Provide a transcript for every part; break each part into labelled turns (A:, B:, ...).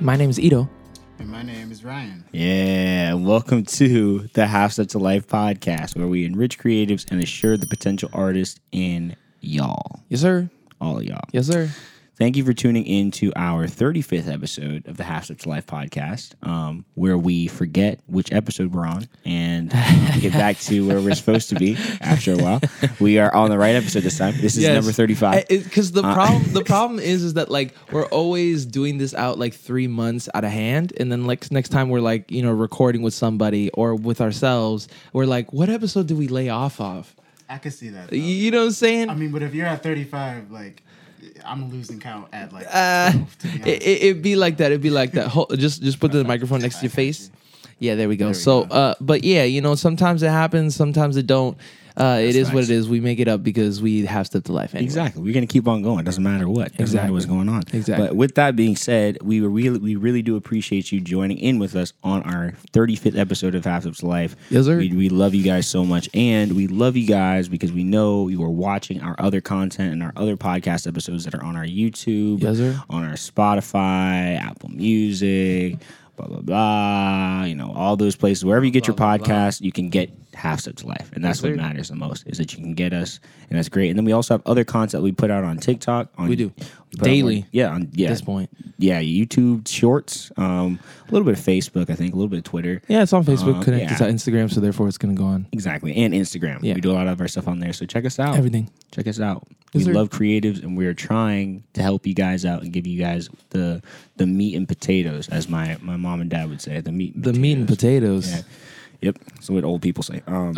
A: My name is Ito.
B: And my name is Ryan.
C: Yeah, and welcome to the Half Steps to Life podcast, where we enrich creatives and assure the potential artist in y'all,
A: Yes, sir.
C: all y'all.
A: Yes, sir.
C: Thank you for tuning in to our 35th episode of the Half Steps to Life podcast, um, where we forget which episode we're on and get back to where we're supposed to be after a while. We are on the right episode this time. This is number 35.
A: Because Eh, the problem the problem is is that like we're always doing this out like three months out of hand, and then like next time we're like you know recording with somebody or with ourselves, we're like, what episode do we lay off of?
B: I could see that.
A: You-
B: Though.
A: You know what I'm saying?
B: I mean, but if you're at 35, like, I'm losing count at like.
A: Uh,
B: 12, to be honest.
A: it, it, it'd be like that. It'd be like that. Hold, just just put the microphone next to your face. Yeah, there we go. so, Uh, but yeah, you know, sometimes it happens, sometimes it don't. Uh, it is what it is. We make it up because we have stepped to life. Anyway.
C: Exactly. We're gonna keep on going. Doesn't matter what. Doesn't matter what's going on.
A: Exactly.
C: But with that being said, we were really we really do appreciate you joining in with us on our 35th episode of Half Ups Life.
A: Yes, sir.
C: We, we love you guys so much, and we love you guys because we know you are watching our other content and our other podcast episodes that are on our YouTube,
A: Yes, sir.
C: on our Spotify, Apple Music. Blah blah blah, you know all those places. Wherever you get your podcast, you can get Half Steps Life, and that's what
A: sir.
C: matters the most is that you can get us, and that's great. And then we also have other content we put out on TikTok. On, we
A: do.
C: put out on-
A: Daily.
C: yeah, on, yeah,
A: At this point,
C: yeah, YouTube Shorts, um, a little bit of Facebook, I think, a little bit of Twitter.
A: yeah, it's on Facebook,
C: Uh,
A: connected
C: yeah.
A: to Instagram, so therefore it's gonna go on
C: Exactly, and Instagram.
A: Yeah.
C: We do a lot of our stuff on there, so check us out.
A: everything.
C: Check us out.
A: Yes,
C: we
A: sir.
C: love creatives, and we are trying to help you guys out and give you guys the the meat and potatoes, as my, my mom and dad would say, the meat. And
A: The meat and
C: potatoes.
A: potatoes. Uh,
C: Yeah. Yep, that's what old people say. Um,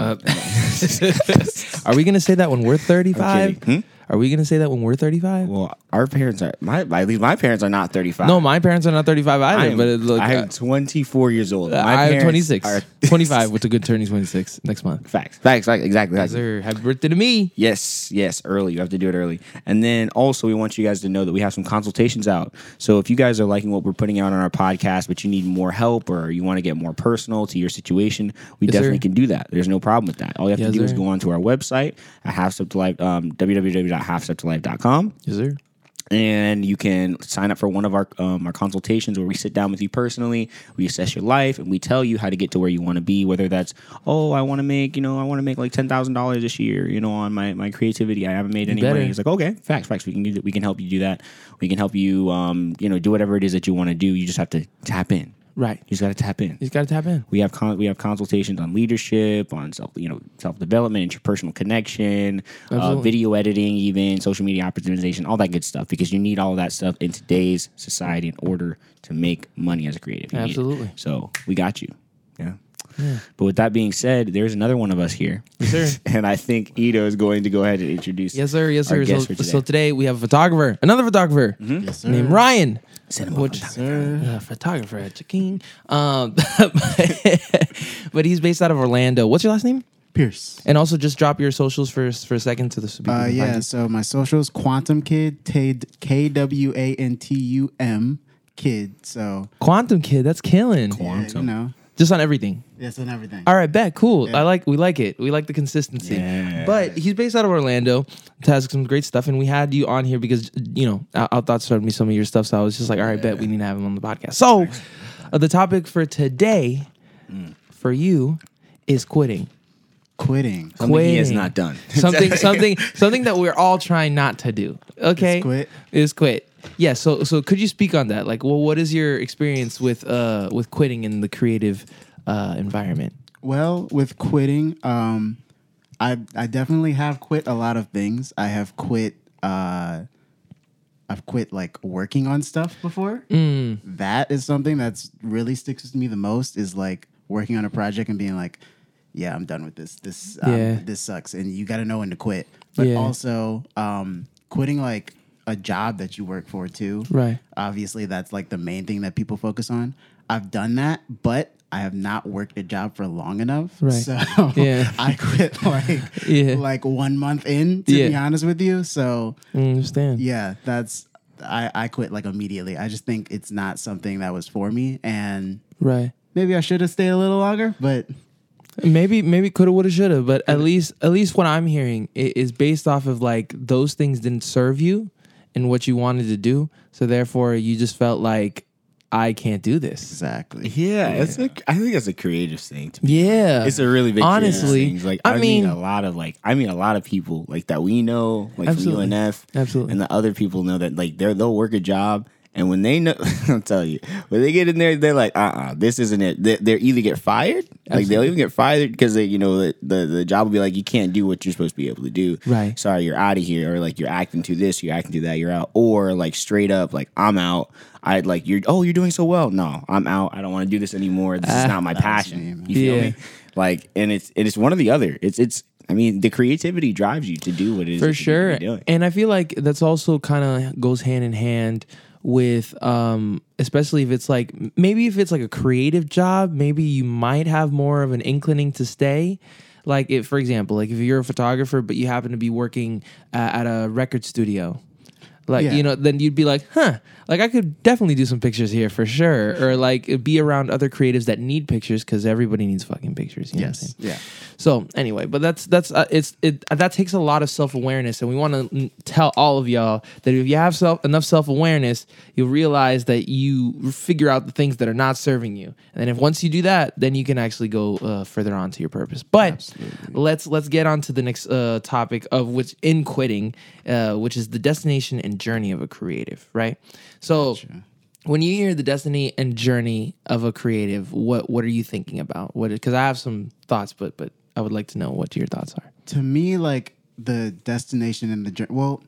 A: Are we gonna say that when we're 35?
C: kidding. Hmm?
A: Are we gonna say that when we're 35?
C: well, our parents are my at least my parents are not thirty five.
A: no, my parents are not 35 either.
C: I am,
A: but it, look,
C: I
A: I,
C: am 24 years old. My
A: I am
C: parents
A: 26,
C: are-
A: 25, with a good turning 26 next month.
C: facts, facts, facts, exactly.
A: Yes,
C: facts.
A: sir. Happy birthday to me.
C: Yes, yes, early. You have to do it early. And then also, we want you guys to know that we have some consultations out. So if you guys are liking what we're putting out on our podcast, but you need more help or you want to get more personal to your situation, we
A: Yes,
C: definitely
A: sir.
C: can do that. There's no problem with that. All you have
A: Yes,
C: to do is
A: sir.
C: go onto our website at halfsteptolife, um, www.halfsteptolife.com
A: Yes, sir.
C: and you can sign up for one of our um, our consultations where we sit down with you personally we assess your life and we tell you how to get to where you want to be whether that's oh i want to make you know i want to make like $10000 this year you know on my, my creativity i haven't made any
A: better.
C: money it's like okay facts facts we can do that we can help you do that we can help you um, you know do whatever it is that you want to do you just have to tap in
A: Right.
C: you just got to tap in
A: You just got to tap in.
C: we have con- we have consultations on leadership, on self you know self development, interpersonal connection, uh,
A: Absolutely.
C: video editing, even social media optimization, all that good stuff because you need all that stuff in today's society in order to make money as a creative. You need it.
A: Absolutely.
C: So we got you. Yeah. But with that being said, there's another one of us here,
A: Yes, sir.
C: and I think Ito is going to go ahead and introduce.
A: Yes, sir. Yes,
C: Our
A: sir. So,
C: guest for
A: so today.
C: today. Mm-hmm.
A: we have a photographer, another photographer
B: Yes, sir.
A: named Ryan.
C: Cinema
A: which
B: Sir.
A: uh, photographer at King. Um, but, but he's based out of Orlando. What's your last name?
B: Pierce.
A: And also, just drop your socials for for a second to the so people
B: Uh,
A: can find
B: yeah,
A: you.
B: so my socials, Quantum Kid, K W A N T U M Kid. So,
A: Quantum Kid. That's killing.
B: yeah, you know,
A: Just on everything.
B: that's and everything.
A: All right, bet. Cool. I like. We like it. We like the consistency.
C: Yeah.
A: But he's based out of Orlando. Has some great stuff, and we had you on here because you know Al- Al thought showed me some of your stuff. So I was just like, all right, bet we need to have him on the podcast. So uh, the topic for today
B: Mm.
A: for you is quitting.
B: Quitting.
C: Something he has
A: Quitting.
C: not done.
A: Something, something, something that we're all trying not to do. Okay,
B: Is quit.
A: Is quit. Yeah. So, so could you speak on that? Like, well, what is your experience with uh with quitting in the creative uh environment?
B: Well, with quitting, um, I I definitely have quit a lot of things. I have quit. Uh, I've quit like working on stuff before.
A: Mm.
B: That is something that's really sticks with me the most. Is like working on a project and being like, "Yeah, I'm done with this. This um,
A: Yeah.
B: this sucks." And you got to know when to quit. But
A: Yeah.
B: also, um, quitting like a job that you work for too
A: Right.
B: obviously that's like the main thing that people focus on. I've done that, but I have not worked a job for long enough.
A: Right.
B: So
A: Yeah.
B: I quit like
A: Yeah.
B: like one month in, to be
A: Yeah.
B: honest with you. So
A: I understand.
B: yeah, that's I, I quit like immediately. I just think it's not something that was for me. And
A: Right.
B: maybe I should have stayed a little longer, but
A: Maybe maybe coulda woulda shoulda, but at least at least what I'm hearing i- is based off of like those things didn't serve you and what you wanted to do, so therefore you just felt like I can't do this.
B: Exactly.
C: Yeah, It's a, I think that's a creative thing to me.
A: Yeah.
C: It's a really big
A: Honestly,
C: honestly. Thing. Like
A: I
C: I, mean,
A: mean-
C: a lot of like I mean a lot of people like that we know like
A: Absolutely.
C: from UNF,
A: Absolutely.
C: and the other people know that like they're they'll work a job. And when they know, I'll tell you, when they get in there, they're like, uh, uh this isn't it. They, they'll either get fired, like they'll even get fired because they, you know, the, the the job will be like, you can't do what you're supposed to be able to do.
A: Right.
C: Sorry, you're out of here, or like you're acting to this, you're acting to that, you're out, or like straight up, like I'm out. I'd like you're. Oh, you're doing so well. No, I'm out. I don't want to do this anymore. This is
A: Ah,
C: not my passion. you feel
A: Yeah.
C: me? Like, and it's and it's one or the other. It's it's. I mean, the creativity drives you to do what it is
A: for
C: that you need to
A: sure
C: be doing.
A: and i feel like that's also kind of goes hand in hand with um especially if it's like maybe if it's like a creative job maybe you might have more of an inclining to stay like if for example like if you're a photographer but you happen to be working uh, at a record studio like
B: Yeah.
A: you know then you'd be like huh like i could definitely do some pictures here for sure or like be around other creatives that need pictures because everybody needs fucking pictures you know what I'm saying?
B: Yes. Yeah.
A: So anyway, but that's that's uh, it's it uh, that takes a lot of self awareness, and we want to tell all of y'all that if you have self enough self awareness, you'll realize that you figure out the things that are not serving you, and then if once you do that, then you can actually go uh, further on to your purpose. But let's let's get on to the next uh, topic of which in quitting, uh, which is the destination and journey of a creative, right? So. When you hear the destiny and journey of a creative, what what are you thinking about? What because I have some thoughts, but but I would like to know what your thoughts are.
B: to me like the destination and the journey well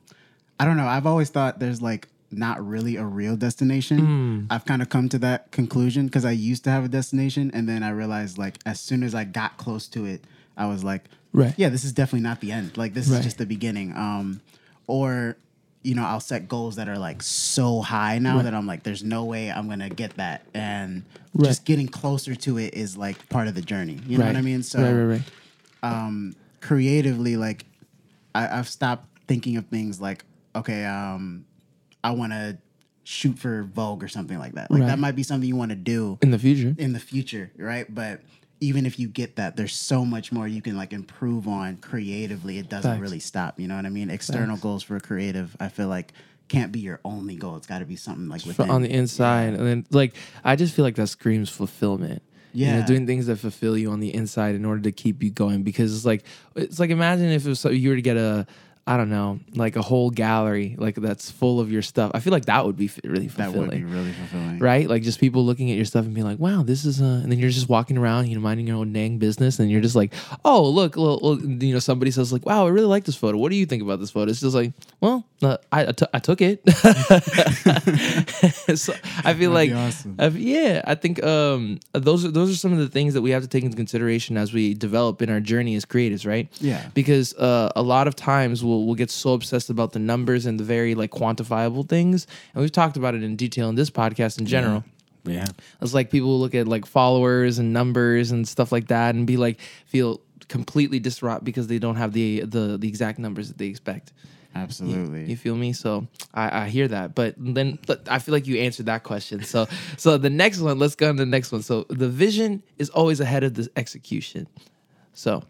B: i don't know i've always thought there's like not really a real
A: Hmm.
B: destination i've kind of come to that conclusion because i used to have a destination and then i realized like as soon as i got close to it i was like
A: Right.
B: yeah this is definitely not the end like this
A: Right.
B: is just the beginning um or you know i'll set goals that are like so high now that i'm like there's no way i'm gonna get that and just getting closer to it is like part of the journey you know what i mean so
A: right, right, right.
B: um, creatively, like I, I've stopped thinking of things like, okay, um, I want to shoot for Vogue or something like that. Like
A: Right.
B: that might be something you want to do
A: In the future,
B: in the future, right? But even if you get that, there's so much more you can like improve on creatively. It doesn't
A: Facts.
B: really stop. You know what I mean? External goals for a creative, I feel like can't be your only goal. It's got to be something like
A: for-
B: within.
A: on the inside, and then like I just feel like that screams fulfillment. You know,
B: Yeah.
A: doing things that fulfill you on the inside in order to keep you going because it's like it's like imagine if it was so, you were to get a I don't know like a whole gallery like that's full of your stuff. I feel like that would be f- really
B: that
A: fulfilling.
B: would be really fulfilling.
A: right? Like just people looking at your stuff and being like, "Wow, this is," uh, and then you're just walking around, you know, minding your own dang business, and you're just like, "Oh, look, well, well," you know, somebody says like, "Wow, I really like this photo. What do you think about this photo?" It's just like, "Well, uh, I I, t- I took it." so I feel like,
B: awesome.
A: I f- yeah, I think um, those are those are some of the things that we have to take into consideration as we develop in our journey as creatives, right?
B: Yeah.
A: because uh, a lot of times we'll, we'll get so obsessed about the numbers and the very like quantifiable things and we've talked about it in detail in this podcast in general
C: Yeah,
A: it's like people look at like followers and numbers and stuff like that and be like feel completely distraught because they don't have the the, the exact numbers that they expect
B: Absolutely.
A: you feel me? So I, I hear that, but then but I feel like you answered that question. So so the next one, let's go on to the next one. So the vision is always ahead of the execution. So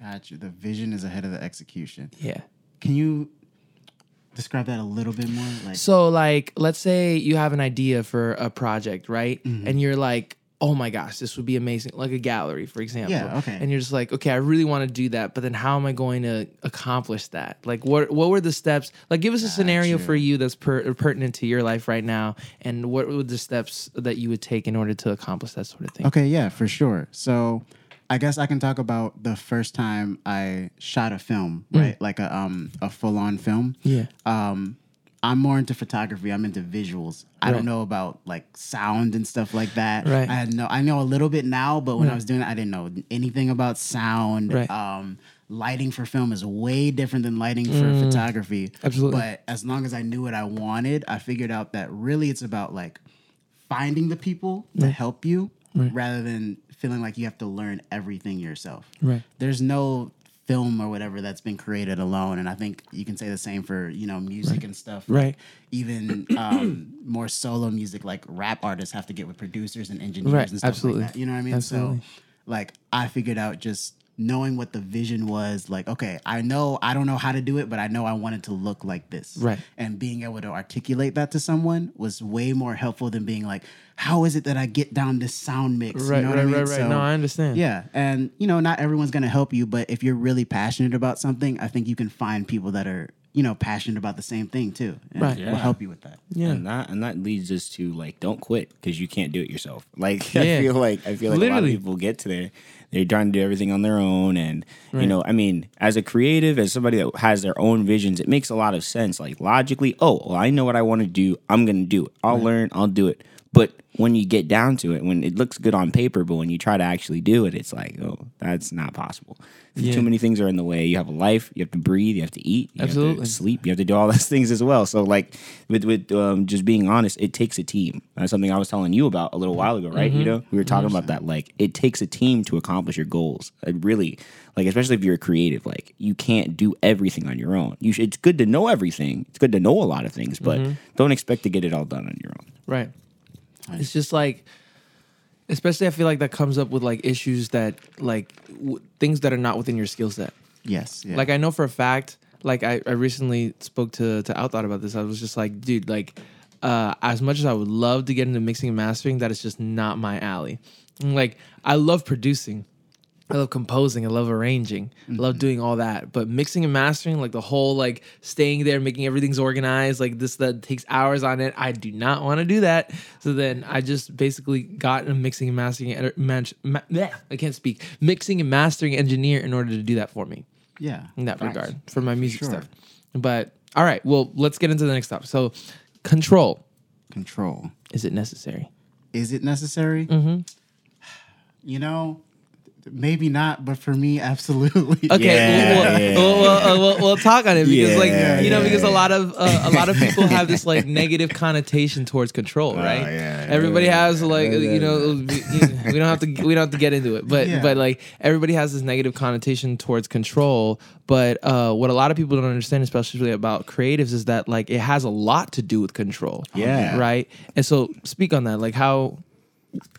B: Gotcha. The vision is ahead of the execution.
A: yeah.
B: Can you describe that a little bit more? Like,
A: So, like, let's say you have an idea for a project, right?
B: Mm-hmm.
A: And you're like, oh my gosh, this would be amazing. Like a gallery, for example.
B: Yeah, okay.
A: And you're just like, okay, I really want to do that, but then how am I going to accomplish that? Like, what what were the steps? Like, give us a scenario for you that's per, pertinent to your life right now, and what were the steps that you would take in order to accomplish that sort of thing?
B: okay, yeah, for sure. So, I guess I can talk about the first time I shot a film, right? Like a um a full on film.
A: Yeah.
B: Um, I'm more into photography. I'm into visuals. I
A: Right.
B: don't know about like sound and stuff like that.
A: Right. Mm.
B: I had no. I know a little bit now, but when I was doing it, I didn't know anything about sound.
A: Right.
B: Um, lighting for film is way different than lighting for photography.
A: Mm. Absolutely.
B: But as long as I knew what I wanted, I figured out that really it's about like finding the people to help you rather than feeling like you have to learn everything yourself.
A: Right.
B: There's no film or whatever that's been created alone and I think you can say the same for, you know, music and stuff. Like,
A: Right.
B: Even um, more solo music like rap artists have to get with producers and engineers
A: Right,
B: and stuff
A: absolutely.
B: like that. You know what I mean? So like I figured out just knowing what the vision was like okay i know i don't know how to do it but i know i wanted to look like this
A: Right.
B: and being able to articulate that to someone was way more helpful than being like how is it that i get down this sound mix
A: Right,
B: you know what
A: right,
B: i mean
A: right, right. No, I understand.
B: yeah and you know not everyone's going to help you but if you're really passionate about something i think you can find people that are you know passionate about the same thing too and
A: Right.
B: will help you with that
A: Yeah.
C: And that and that leads us to like don't quit because you can't do it yourself. Like
A: Yeah.
C: I feel like I feel like a lot of
A: Literally.
C: people get to there. They're trying to do everything on their own and you know, I mean, as a creative, as somebody that has their own visions, it makes a lot of sense. Like logically, oh well, I know what I want to do, I'm gonna do it. I'll learn, I'll do it. But when you get down to it, when it looks good on paper, but when you try to actually do it, it's like, oh, that's not possible.
A: Yeah.
C: Too many things are in the way. You have a life, you have to breathe, you have to eat, you have
A: Absolutely.
C: to sleep. You have to do all those things as well. So like with with um, just being honest, it takes a team. That's something I was telling you about a little while ago, right? You know, we were talking about that. Like it takes a team to accomplish your goals. It really, like especially if you're a creative, like you can't do everything on your own. You should, it's good to know everything. It's good to know a lot of things, but don't expect to get it all done on your own.
A: Right. It's just like, especially I feel like that comes up with like issues that like w- things that are not within your skill set.
B: yes yeah.
A: Like I know for a fact, like I, I recently spoke to to Outthought about this. I was just like, dude, like uh, as much as I would love to get into mixing and mastering, that is just not my alley. And, like I love producing. I love composing. I love arranging. I love doing all that. But mixing and mastering, like the whole like staying there, making everything's organized, like this that takes hours on it. I do not want to do that. So then I just basically got a mixing and mastering. en- man- ma- bleh, I can't speak. Mixing and mastering engineer in order to do that for me
B: yeah
A: in that
B: Facts.
A: regard for my music
B: sure.
A: stuff. But all right, well, let's get into the next topic. So, control
B: control
A: is it necessary?
B: is it necessary?
A: Mm-hmm.
B: You know, maybe not, but for me, absolutely.
A: Okay,
C: Yeah,
A: we'll,
C: yeah,
A: we'll, we'll, we'll, we'll talk on it because, like,
C: Yeah,
A: you know,
C: yeah,
A: because a lot of uh, a lot of people have this like negative connotation towards control, right?
C: Oh, yeah,
A: everybody
C: yeah,
A: has like, you know, we you know, we don't have to we don't have to get into it, but
B: Yeah.
A: but like everybody has this negative connotation towards control. But uh, what a lot of people don't understand, especially about creatives, is that like it has a lot to do with control.
C: Yeah.
A: right. And so, speak on that. Like, how?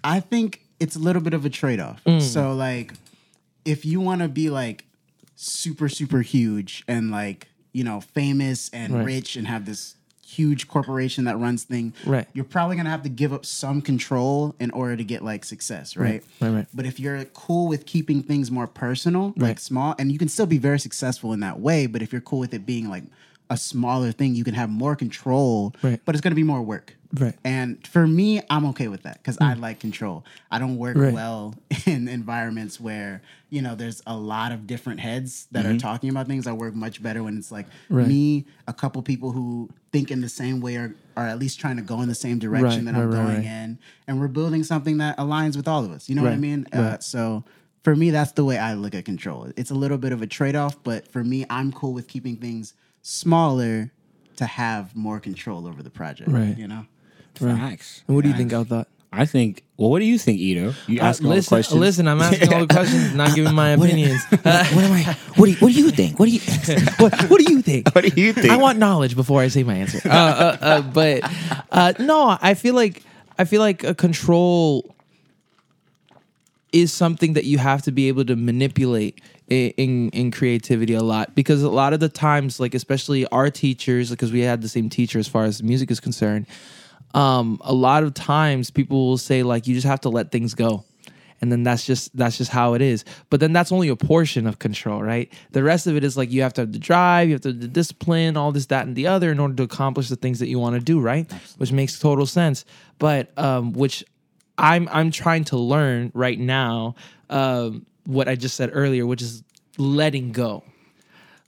B: I think it's a little bit of a trade off.
A: Mm.
B: So, like, if you want to be like super, super huge and like, you know, famous and rich and have this huge corporation that runs thing,
A: Right.
B: you're probably going to have to give up some control in order to get like success, right?
A: Right, right.
B: But if you're cool with keeping things more personal, like small, and you can still be very successful in that way, but if you're cool with it being like a smaller thing, you can have more control,
A: Right.
B: but it's going to be more work.
A: Right. Mm.
B: And for me, I'm okay with that because I like control. I don't work
A: Right.
B: well in environments where, you know, there's a lot of different heads that are talking about things. I work much better when it's like
A: Mm-hmm. Right.
B: me, a couple people who think in the same way or are at least trying to go in the same direction
A: Right,
B: that
A: right,
B: I'm
A: right,
B: going
A: right.
B: in. And we're building something that aligns with all of us. You know what I
A: Right,
B: mean? Uh, so for me, that's the way I look at control. It's a little bit of a trade off, but for me, I'm cool with keeping things smaller to have more control over the project.
A: Right.
B: You know?
C: Facts.
A: What do you think out that?
C: I think. Well, what do you think, Ito? You
A: Uh,
C: ask all the
A: listen,
C: questions.
A: listen. I'm asking all the questions, not giving my opinions.
C: what am I? What do you? What do you think? What do you?
A: what, what do you think?
C: what do you think?
A: I want knowledge before I say my answer. Uh, uh, uh, but uh, no, I feel like I feel like a control is something that you have to be able to manipulate i- in in creativity a lot because a lot of the times, like especially our teachers, because we had the same teacher as far as music is concerned. Um, a lot of times people will say like you just have to let things go and then that's just that's just how it is but then that's only a portion of control right the rest of it is like you have to have the drive you have to have the discipline all this that and the other in order to accomplish the things that you want to do right which makes total sense but um which i'm i'm trying to learn right now um what i just said earlier which is letting go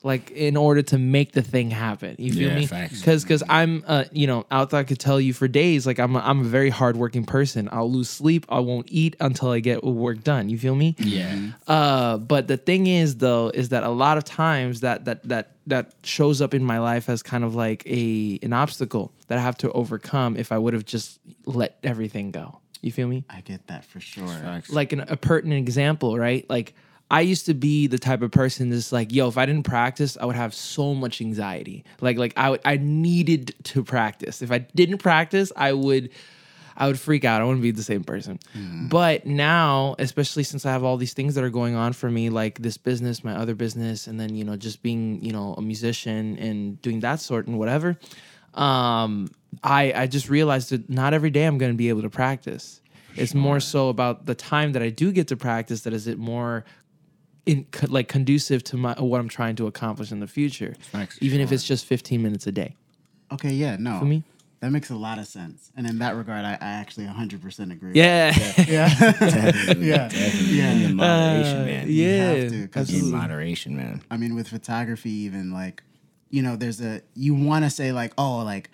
A: like in order to make the thing happen. You feel
C: Yeah,
A: me?
C: facts.
A: Because because I'm uh you know out that I could tell you for days like I'm a, I'm a very hardworking person. I'll lose sleep. I won't eat until I get work done. You feel me?
C: Yeah.
A: Uh, but the thing is though is that a lot of times that that that that shows up in my life as kind of like a an obstacle that I have to overcome if I would have just let everything go. You feel me?
B: I get that for sure.
A: like an, a pertinent example, right? Like I used to be the type of person that's like, yo, if I didn't practice, I would have so much anxiety. Like like I would, I needed to practice. If I didn't practice, I would I would freak out. I wouldn't be the same person. But now, especially since I have all these things that are going on for me, like this business, my other business, and then you know just being you know a musician and doing that sort and whatever, um, I I just realized that not every day I'm going to be able to practice. It's more so about the time that I do get to practice. That is it more in co- like conducive to my what I'm trying to accomplish in the future.
C: Facts.
A: Even if it's just 15 minutes a day.
B: Okay, yeah, no.
A: me?
B: That makes a lot of sense. And in that regard, I, I actually 100% agree.
A: Yeah.
B: Yeah. yeah.
C: In
B: Yeah.
C: moderation, man.
A: yeah.
B: have to, 'cause
A: absolutely.
C: In moderation, man.
B: I mean, with photography, even like, you know, there's a, you want to say, like, oh, like,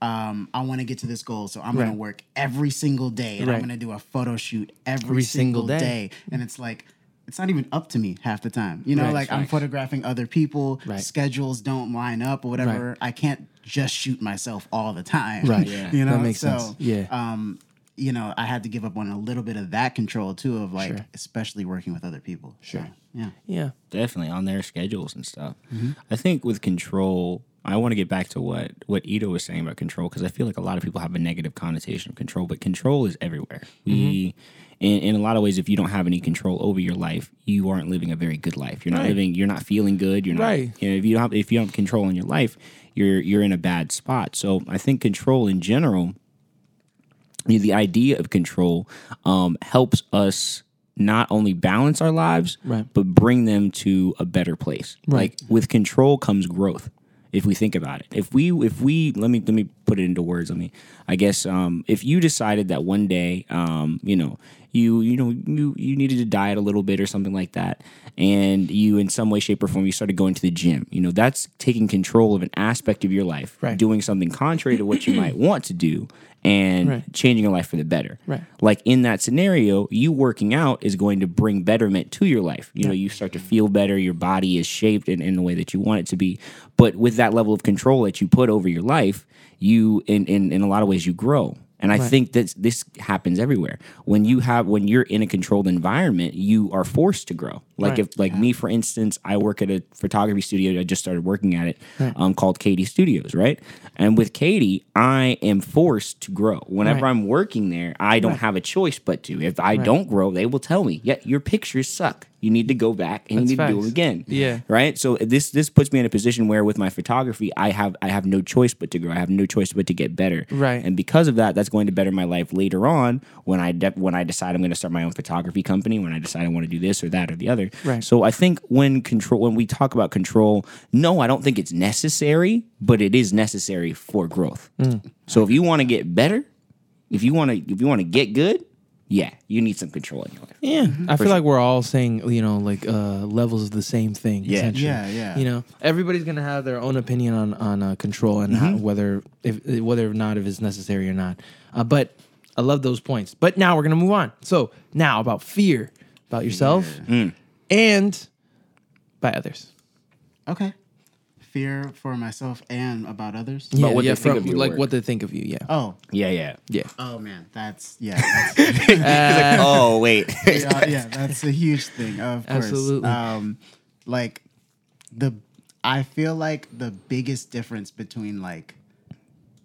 B: um, I want to get to this goal, so I'm
A: Right.
B: gonna work every single day, and
A: Right.
B: I'm gonna do a photo shoot every,
A: single day.
B: single, day. And it's like, it's not even up to me half the time, you know.
A: Right,
B: like I'm
A: facts.
B: photographing other people,
A: Right.
B: schedules don't line up or whatever. I can't just shoot myself all the time,
A: Right. Yeah.
B: you know,
A: That makes
B: so,
A: sense. Yeah.
B: Um, you know, I had to give up on a little bit of that control too, of like, especially working with other people. Sure. yeah.
A: Yeah.
C: definitely on their schedules and stuff.
A: Mm-hmm.
C: I think with control, I want to get back to what what Ito was saying about control because I feel like a lot of people have a negative connotation of control, but control is everywhere.
A: Mm-hmm.
C: We, in, in a lot of ways, if you don't have any control over your life, you aren't living a very good life. You're not
A: Right.
C: living. You're not feeling good. You're not.
A: Right.
C: You know, if you don't have, if you don't have control in your life, you're you're in a bad spot. So I think control in general you know, the idea of control um, helps us not only balance our lives,
A: Right.
C: but bring them to a better place.
A: Right.
C: Like with control comes growth. If we think about it, if we if we let me let me put it into words. Let me. I guess um, if you decided that one day, um, you know, you you know you you needed to diet a little bit or something like that, and you in some way, shape, or form you started going to the gym. You know, that's taking control of an aspect of your life,
A: Right.
C: doing something contrary to what you might want to do, and
A: Right.
C: changing your life for the better.
A: Right.
C: Like in that scenario, you working out is going to bring betterment to your life. You know, you start to feel better, your body is shaped in, in the way that you want it to be. But with that level of control that you put over your life, you in in, in a lot of ways you grow. And I think that this happens everywhere. When you have when you're in a controlled environment, you are forced to grow. Like
A: Right.
C: if like me for instance, I work at a photography studio. I just started working at it, um, called Katie Studios, right? And with Katie, I am forced to grow. Whenever
A: Right.
C: I'm working there, I don't have a choice but to. If I don't grow, they will tell me, "Yeah, your pictures suck. You need to go back and
A: That's
C: you need to do
A: facts.
C: it again."
A: Yeah.
C: right. So this this puts me in a position where with my photography, I have I have no choice but to grow. I have no choice but to get better.
A: Right.
C: And because of that, that's going to better my life later on when I de- when I decide I'm going to start my own photography company. When I decide I want to do this or that or the other.
A: Right.
C: So I think when control when we talk about control, no, I don't think it's necessary, but it is necessary for growth.
A: Mm.
C: So if you want to get better, if you want to if you want to get good, yeah, you need some control in your life.
A: Yeah. I feel like we're all saying, you know, like uh levels of the same thing.
C: Yeah.
A: essentially.
B: Yeah, yeah.
A: You know, everybody's gonna have their own opinion on on uh, control and how,
C: Mm-hmm.
A: whether if uh, whether or not if it's necessary or not. Uh, but I love those points. But now we're gonna move on. So now about fear about yourself
C: Mm.
A: and by others.
B: Okay. Fear for myself and about others.
A: Yeah,
C: what they
A: yeah,
C: think
A: from-
C: of your
A: like
C: work.
A: what they think of you. Yeah.
B: Oh.
C: Yeah, yeah.
A: Yeah.
B: Oh man, that's yeah. That's,
C: oh wait.
B: yeah, yeah, that's a huge thing. Of course.
A: Absolutely.
B: Um, like the I feel like the biggest difference between like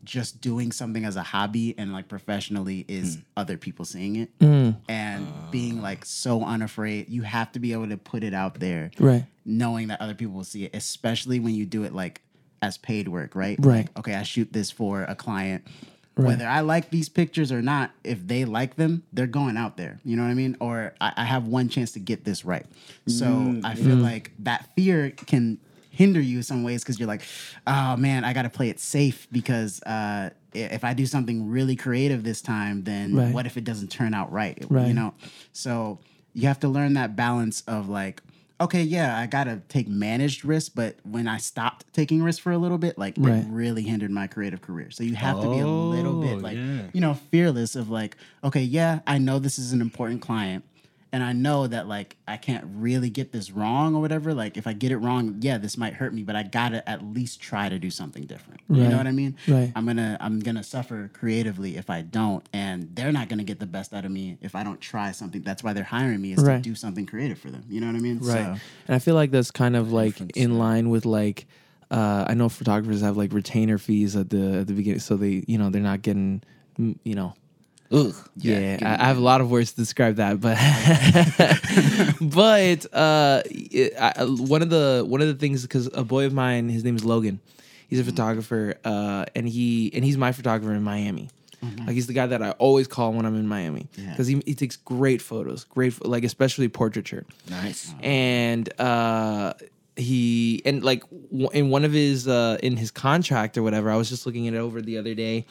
B: just doing something as a hobby and like professionally
A: Hmm.
B: is other people seeing it and being like so unafraid. You have to be able to put it out there.
A: Right.
B: knowing that other people will see it, especially when you do it like as paid work, right?
A: Right.
B: Like, okay, I shoot this for a client. Whether I like these pictures or not, if they like them, they're going out there. You know what I mean? Or I, I have one chance to get this right. So I feel
A: mm.
B: like that fear can hinder you in some ways because you're like, oh man, I got to play it safe because uh, i- if I do something really creative this time, then
A: Right.
B: what if it doesn't turn out right?
A: Right.
B: You know? So you have to learn that balance of like, okay, yeah, I gotta take managed risks, but when I stopped taking risks for a little bit, like
A: Right.
B: it really hindered my creative career. So you have to be a little
C: Oh,
B: bit like,
C: yeah.
B: you know, fearless of like, okay, yeah, I know this is an important client. And I know that like I can't really get this wrong or whatever. Like if I get it wrong, yeah, this might hurt me, but I gotta at least try to do something different. You
A: Right.
B: know what I mean?
A: Right.
B: I'm gonna I'm gonna suffer creatively if I don't, and they're not gonna get the best out of me if I don't try something. That's why they're hiring me is
A: Right.
B: to do something creative for them. You know what I mean?
A: Right. And I feel like that's kind of like in line with like uh, I know photographers have like retainer fees at the at the beginning, so they you know they're not getting mm, you know
C: Ugh.
A: Yeah, I, I have a lot of words to describe that, but but uh, it- I, I- one of the one of the things because a boy of mine, his name is Logan, he's a photographer, uh, and he and he's my photographer in Miami. Like he's the guy that I always call when I'm in Miami because he, he takes great photos, great pho- like especially portraiture
C: Nice.
A: Mm-hmm. and uh he and like w- in one of his uh in his contract or whatever i was just looking it over the other day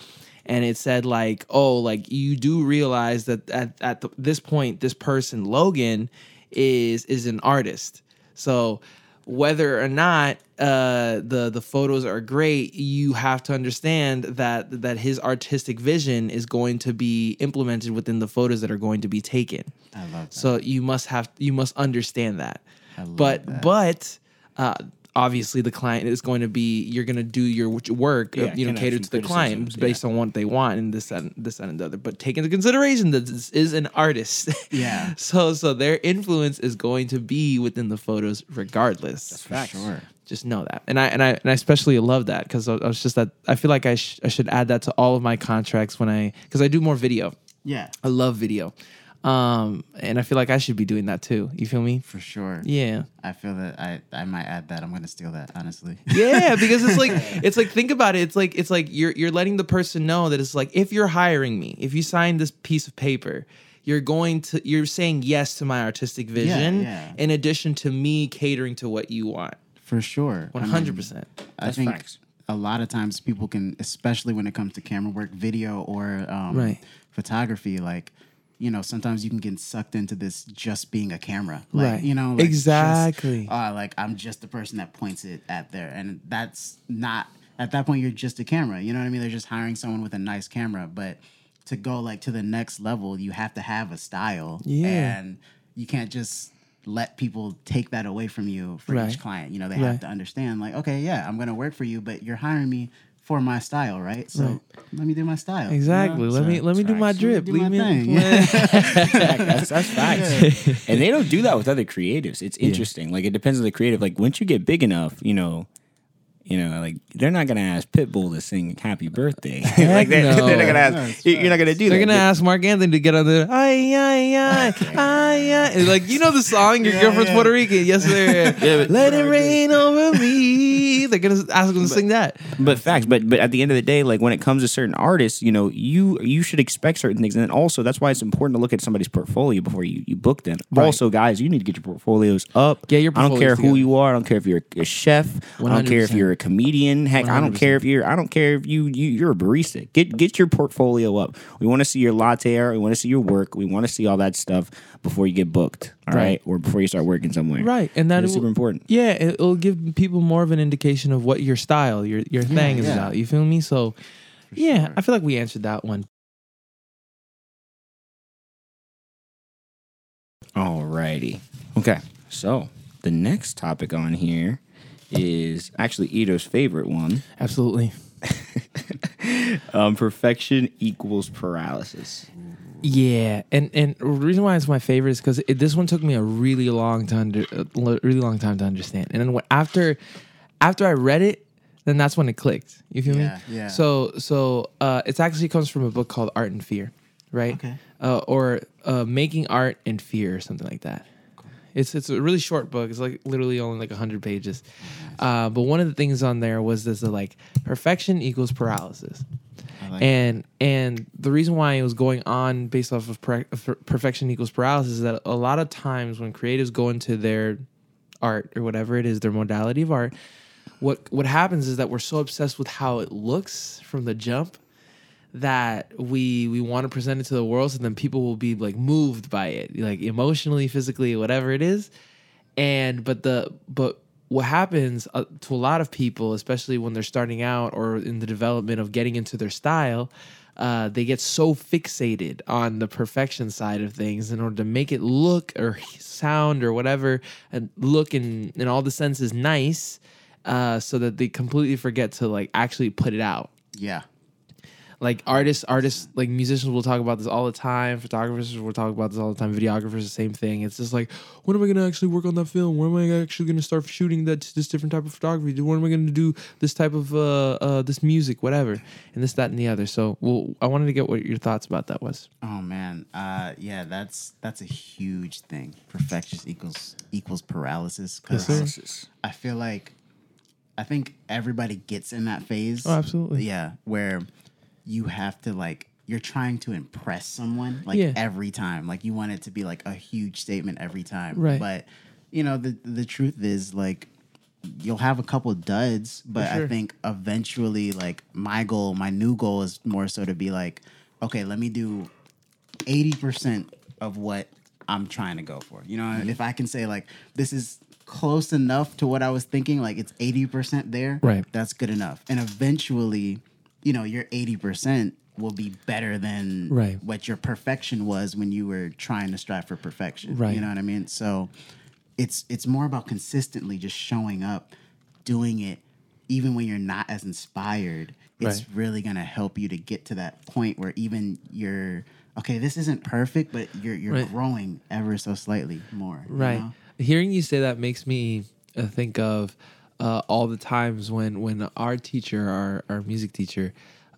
A: and it said like oh like you do realize that at, at the, this point this person logan is is an artist so whether or not uh, the the photos are great, you have to understand that that his artistic vision is going to be implemented within the photos that are going to be taken.
B: I love that.
A: So you must have you must understand that. but but uh, obviously the client is going to be you're going to do your w- work uh,
C: Yeah, can
A: you know
C: have
A: cater
C: some
A: to the
C: criticisms,
A: client
C: yeah.
A: based on what they want and this that, and this that, and the other. But take into consideration that this is an artist.
B: Yeah.
A: so so their influence is going to be within the photos regardless
C: Facts.
B: Sure.
A: just know that and i and i and i especially love that because I, I was just that i feel like i, sh- I should add that to all of my contracts when i because i do more video
B: Yeah.
A: i love video um and i feel like i should be doing that too you feel me
B: For sure.
A: yeah
B: I feel that I, I might add that. I'm gonna steal that, honestly.
A: yeah because it's like it's like think about it it's like it's like you're you're letting the person know that it's like if you're hiring me if you sign this piece of paper you're going to you're saying yes to my artistic vision
B: yeah.
A: in addition to me catering to what you want
B: For sure. I mean,
A: 100%
B: I
C: That's
B: think
C: facts.
B: a lot of times people can, especially when it comes to camera work, video, or um,
A: Right.
B: photography, like, you know, sometimes you can get sucked into this just being a camera. Like,
A: Right.
B: you know, like just,
A: Exactly.
B: uh, like, I'm just the person that points it at there. And that's not, at that point, you're just a camera. You know what I mean? They're just hiring someone with a nice camera. But to go like to the next level, you have to have a style.
A: Yeah.
B: And you can't just let people take that away from you for
A: Right.
B: each client. You know, they
A: Right.
B: have to understand, like, okay, yeah, I'm gonna work for you, but you're hiring me for my style, right? So let me do my style. you know?
A: Exactly. Let me let me do my
C: facts.
A: drip.
B: do
A: Leave
B: my
A: me.
B: thing.
C: that's, that's facts. and they don't do that with other creatives. It's interesting. Like it depends on the creative. Like once you get big enough, you know, you know, like they're not gonna ask Pitbull to sing "Happy Birthday." like they're,
A: no.
C: they're not gonna
B: No,
C: ask.
B: it's
C: you're not gonna do
A: They're
C: that.
A: gonna ask Mark Anthony to get on there. Ay ay ay ay ay. It's Like you know the song. Your girlfriend's
B: yeah.
A: Puerto Rican. Yes, sir.
C: but-
A: Let it rain over me. They're gonna ask them to sing that.
C: But facts, but but at the end of the day, like when it comes to certain artists, you know, you you should expect certain things, and then also that's why it's important to look at somebody's portfolio before you you book them. Also, guys, you need to get your portfolios up.
A: Get your
C: I don't care
A: portfolios
C: who
A: together.
C: you are. I don't care if you're a chef. I don't care if
A: 100%.
C: you're a comedian. Heck, I don't care if you're I don't care if you you you're a barista. Get get your portfolio up. We want to see your latte art. We want to see your work. We want to see all that stuff before you get booked. All right,
A: Right.
C: or before you start working somewhere.
A: Right, and that
C: It's
A: will-
C: super important.
A: Yeah, it- it'll give people more of an indication of what your style, your your thing is
B: yeah.
A: about. You feel me? So, yeah, I feel like we answered that one.
C: Alrighty. Okay. So the next topic on here is actually Ito's favorite one.
A: Absolutely.
C: Um, perfection equals paralysis.
A: Yeah, and and the reason why it's my favorite is because this one took me a really long time to uh, lo- really long time to understand, and then when, after after I read it, then that's when it clicked. You feel
B: Yeah,
A: me?
B: yeah.
A: So so uh, it actually comes from a book called Art and Fear, right?
B: Okay.
A: Uh, or uh, Making Art and Fear, or something like that. It's it's a really short book. It's like literally only like hundred pages. Uh, but one of the things on there was this uh, like perfection equals paralysis,
B: like
A: and and the reason why it was going on based off of per- per- perfection equals paralysis is that a lot of times when creatives go into their art or whatever it is their modality of art, what what happens is that we're so obsessed with how it looks from the jump that we we want to present it to the world so then people will be like moved by it like emotionally physically whatever it is and but the but what happens uh, to a lot of people especially when they're starting out or in the development of getting into their style uh, they get so fixated on the perfection side of things in order to make it look or sound or whatever and look in in all the senses nice uh, so that they completely forget to like actually put it out
B: Yeah.
A: Like artists, artists, like musicians will talk about this all the time. Photographers will talk about this all the time. Videographers, the same thing. It's just like, when am I gonna actually work on that film? When am I actually gonna start shooting that this different type of photography? When am I gonna do this type of uh, uh this music, whatever, and this, that, and the other. So, well, I wanted to get what your thoughts about that was.
B: Oh man, uh, yeah, that's that's a huge thing. Perfectionist equals equals paralysis. 'cause
C: Paralysis.
B: I feel like I think everybody gets in that phase.
A: Oh, absolutely.
B: Yeah, where you have to like you're trying to impress someone like
A: Yeah.
B: every time. Like you want it to be like a huge statement every time.
A: Right.
B: But you know the the truth is like you'll have a couple duds, but
A: sure.
B: I think eventually like my goal, my new goal is more so to be like, okay, let me do eighty percent of what I'm trying to go for. You know,
A: Mm-hmm.
B: if I can say like this is close enough to what I was thinking, like it's eighty percent there,
A: Right.
B: That's good enough. And eventually, you know, your eighty percent will be better than
A: Right.
B: what your perfection was when you were trying to strive for perfection.
A: Right.
B: You know what I mean? So it's it's more about consistently just showing up, doing it, even when you're not as inspired. It's
A: Right.
B: really gonna help you to get to that point where even you're okay, this isn't perfect, but you're you're
A: Right.
B: growing ever so slightly more. you
A: Right.
B: know?
A: Hearing you say that makes me uh, think of uh, all the times when when our teacher, our our music teacher,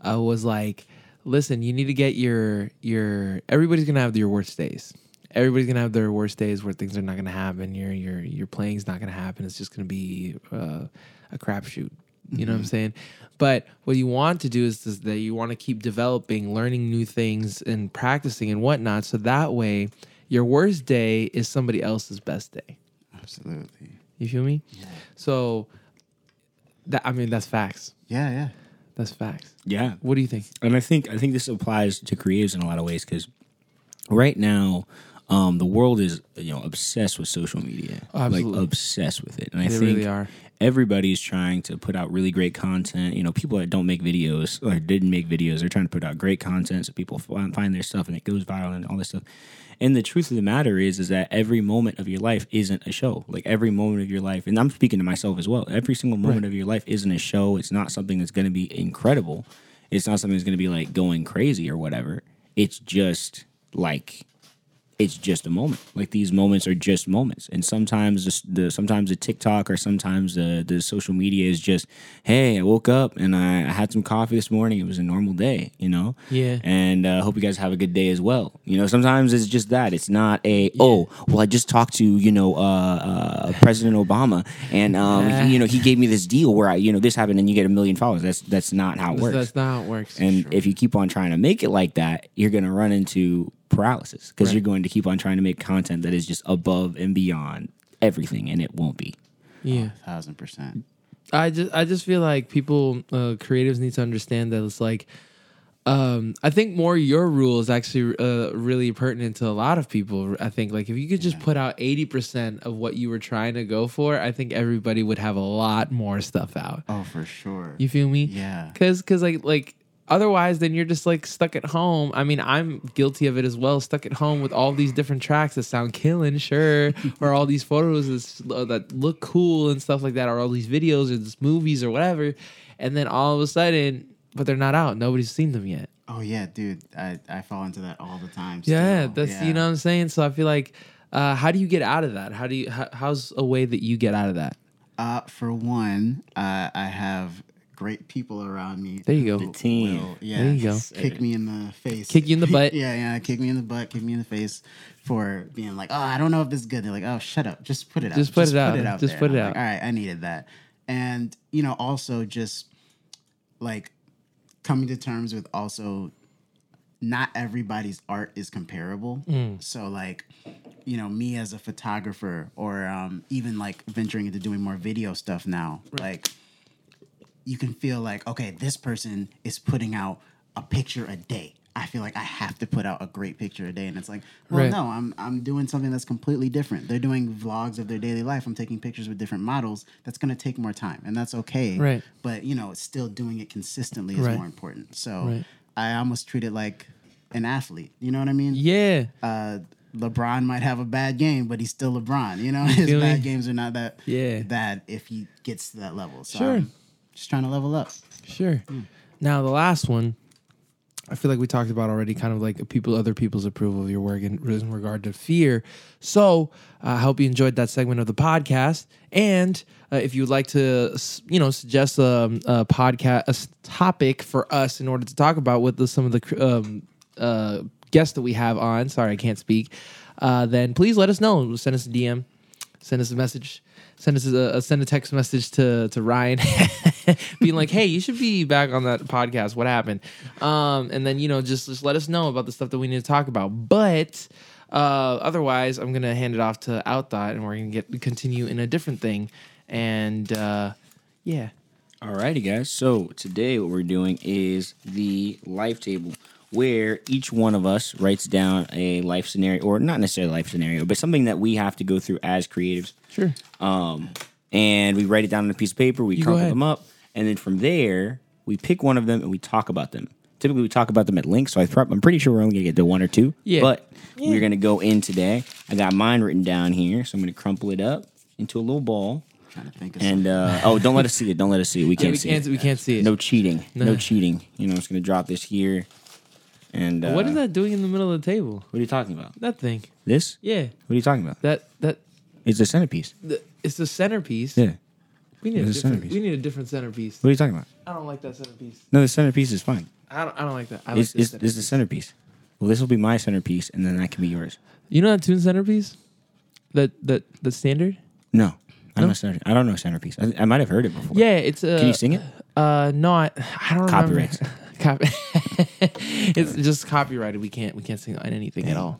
A: uh, was like, "Listen, you need to get your your. Everybody's gonna have your worst days. Everybody's gonna have their worst days where things are not gonna happen. Your your your playing's not gonna happen. It's just gonna be uh, a crapshoot." You know what I'm
C: Mm-hmm.
A: saying? But what you want to do is, is that you want to keep developing, learning new things, and practicing and whatnot. So that way, your worst day is somebody else's best day.
B: Absolutely.
A: You feel me? So that I mean that's facts.
B: Yeah, yeah.
A: That's facts.
C: Yeah.
A: What do you think?
C: and I think I think this applies to creatives in a lot of ways because right now, um, the world is you know obsessed with social media,
A: Absolutely.
C: like obsessed with it, and I
A: They
C: think
A: really are.
C: everybody's trying to put out really great content. You know, people that don't make videos or didn't make videos, they're trying to put out great content so people find, find their stuff and it goes viral and all this stuff. And the truth of the matter is, is that every moment of your life isn't a show. Like every moment of your life, and I'm speaking to myself as well. Every single moment of your life isn't a show. It's not something that's going to be incredible. It's not something that's going to be like going crazy or whatever. It's just like it's just a moment. Like these moments are just moments, and sometimes the, the sometimes the TikTok or sometimes the the social media is just, hey, I woke up and I, I had some coffee this morning. It was a normal day, you know.
A: Yeah.
C: And uh, hope you guys have a good day as well. You know, sometimes it's just that. It's not a oh, well, I just talked to you know uh, uh, President Obama, and um, he, you know he gave me this deal where I you know this happened, and you get a million followers. That's that's not how it works.
A: That's not how it works.
C: And if you keep on trying to make it like that, you're going to run into paralysis because you're going to keep on trying to make content that is just above and beyond everything, and it won't be.
A: yeah.
B: Thousand percent.
A: I just I just feel like people uh, creatives need to understand that it's like um, I think more your rule is actually uh, really pertinent to a lot of people. I think like if you could just put out eighty percent of what you were trying to go for, I think everybody would have a lot more stuff out.
B: Oh, for sure.
A: You feel me?
B: Yeah.
A: Cause, cause like, like otherwise, then you're just like stuck at home. I mean, I'm guilty of it as well. Stuck at home with all these different tracks that sound killing, sure, or all these photos that's, uh, that look cool and stuff like that, or all these videos or these movies or whatever, and then all of a sudden, but they're not out. Nobody's seen them yet.
B: Oh yeah, dude. I, I fall into that all the time.
A: Yeah,
B: still.
A: that's you know what I'm saying. So I feel like, uh, how do you get out of that? How do you? How, how's a way that you get out of that?
B: Uh, for one, uh, I have great people around me.
A: There you go.
B: who
C: team.
B: will, yeah,
A: There you go.
B: Kick me in the face.
A: Kick you in the butt.
B: yeah, yeah. Kick me in the butt. Kick me in the face for being like, oh, I don't know if this is good. They're like, oh, shut up. Just put it out.
A: Just put it out. Just
B: there."
A: put
B: And
A: it
B: I'm
A: out.
B: like, All right, I needed that. And you know, also just like coming to terms with also not everybody's art is comparable.
A: Mm.
B: So like, you know, me as a photographer or um, even like venturing into doing more video stuff now, like you can feel like, okay, this person is putting out a picture a day. I feel like I have to put out a great picture a day. And it's like, well,
A: Right.
B: no, I'm I'm doing something that's completely different. They're doing vlogs of their daily life. I'm taking pictures with different models. That's gonna take more time. And that's okay.
A: Right.
B: But you know, still doing it consistently is
A: Right.
B: more important. So
A: Right.
B: I almost treat it like an athlete. You know what I mean?
A: Yeah,
B: uh, LeBron might have a bad game, but he's still LeBron. You know, his
A: feel me?
B: bad games are not that
A: Yeah.
B: bad if he gets to that level. So
A: Sure.
B: I'm just trying to level up.
A: sure. Now the last one I feel like we talked about already, kind of like people, other people's approval of your work in, in regard to fear. So uh, I hope you enjoyed that segment of the podcast. And uh, if you'd like to, s- you know, suggest um, a podcast, a s- topic for us in order to talk about with the, some of the cr- um, uh, guests that we have on, sorry, I can't speak, uh, then please let us know. Send us a DM, send us a message. Send us a, a send a text message to to Ryan, being like, "Hey, you should be back on that podcast. What happened?" Um, and then you know, just just let us know about the stuff that we need to talk about. But uh, otherwise, I'm gonna hand it off to Outthought, and we're gonna get continue in a different thing. And uh, yeah,
C: Alrighty, guys. So today, what we're doing is the life table, where each one of us writes down a life scenario, or not necessarily a life scenario, but something that we have to go through as creatives.
A: sure.
C: Um, and we write it down on a piece of paper. We
A: You go
C: crumple
A: ahead.
C: them up, and then from there, we pick one of them and we talk about them. Typically, we talk about them at length, so I prob- I'm pretty sure we're only gonna get to one or two.
A: Yeah.
C: But
A: Yeah.
C: we're gonna go in today. I got mine written down here, so I'm gonna crumple it up into a little ball.
B: trying to think of
C: And uh, oh, don't let us see it. Don't let us see it. We can't
A: we
C: see
A: can't
C: it.
A: we can't see it.
C: No cheating. No,
A: No.
C: cheating. You know, I'm just gonna drop this here. And uh,
A: what is that doing in the middle of the table?
C: What are you talking about?
A: That thing.
C: This?
A: Yeah,
C: What are you talking about?
A: that that.
C: It's the centerpiece.
A: The, it's the centerpiece.
C: Yeah.
A: we need a
C: it's a
A: different.
C: centerpiece.
A: We need a different centerpiece.
C: What are you talking about?
A: I don't like that centerpiece.
C: No, the centerpiece is fine.
A: I don't. I don't like that. I like
C: It's,
A: this
C: it's, it's the centerpiece.
A: centerpiece.
C: Well, this will be my centerpiece, and then that can be yours.
A: You know that tune centerpiece? That that the standard?
C: No, I
A: No?
C: don't know. Center, I don't know centerpiece. I, I might have heard it before.
A: Yeah, uh, it's a.
C: Can you sing it?
A: Uh, no, I, I don't
C: Copyrights.
A: remember. Copy. it's just copyrighted. We can't we can't sing on anything at all.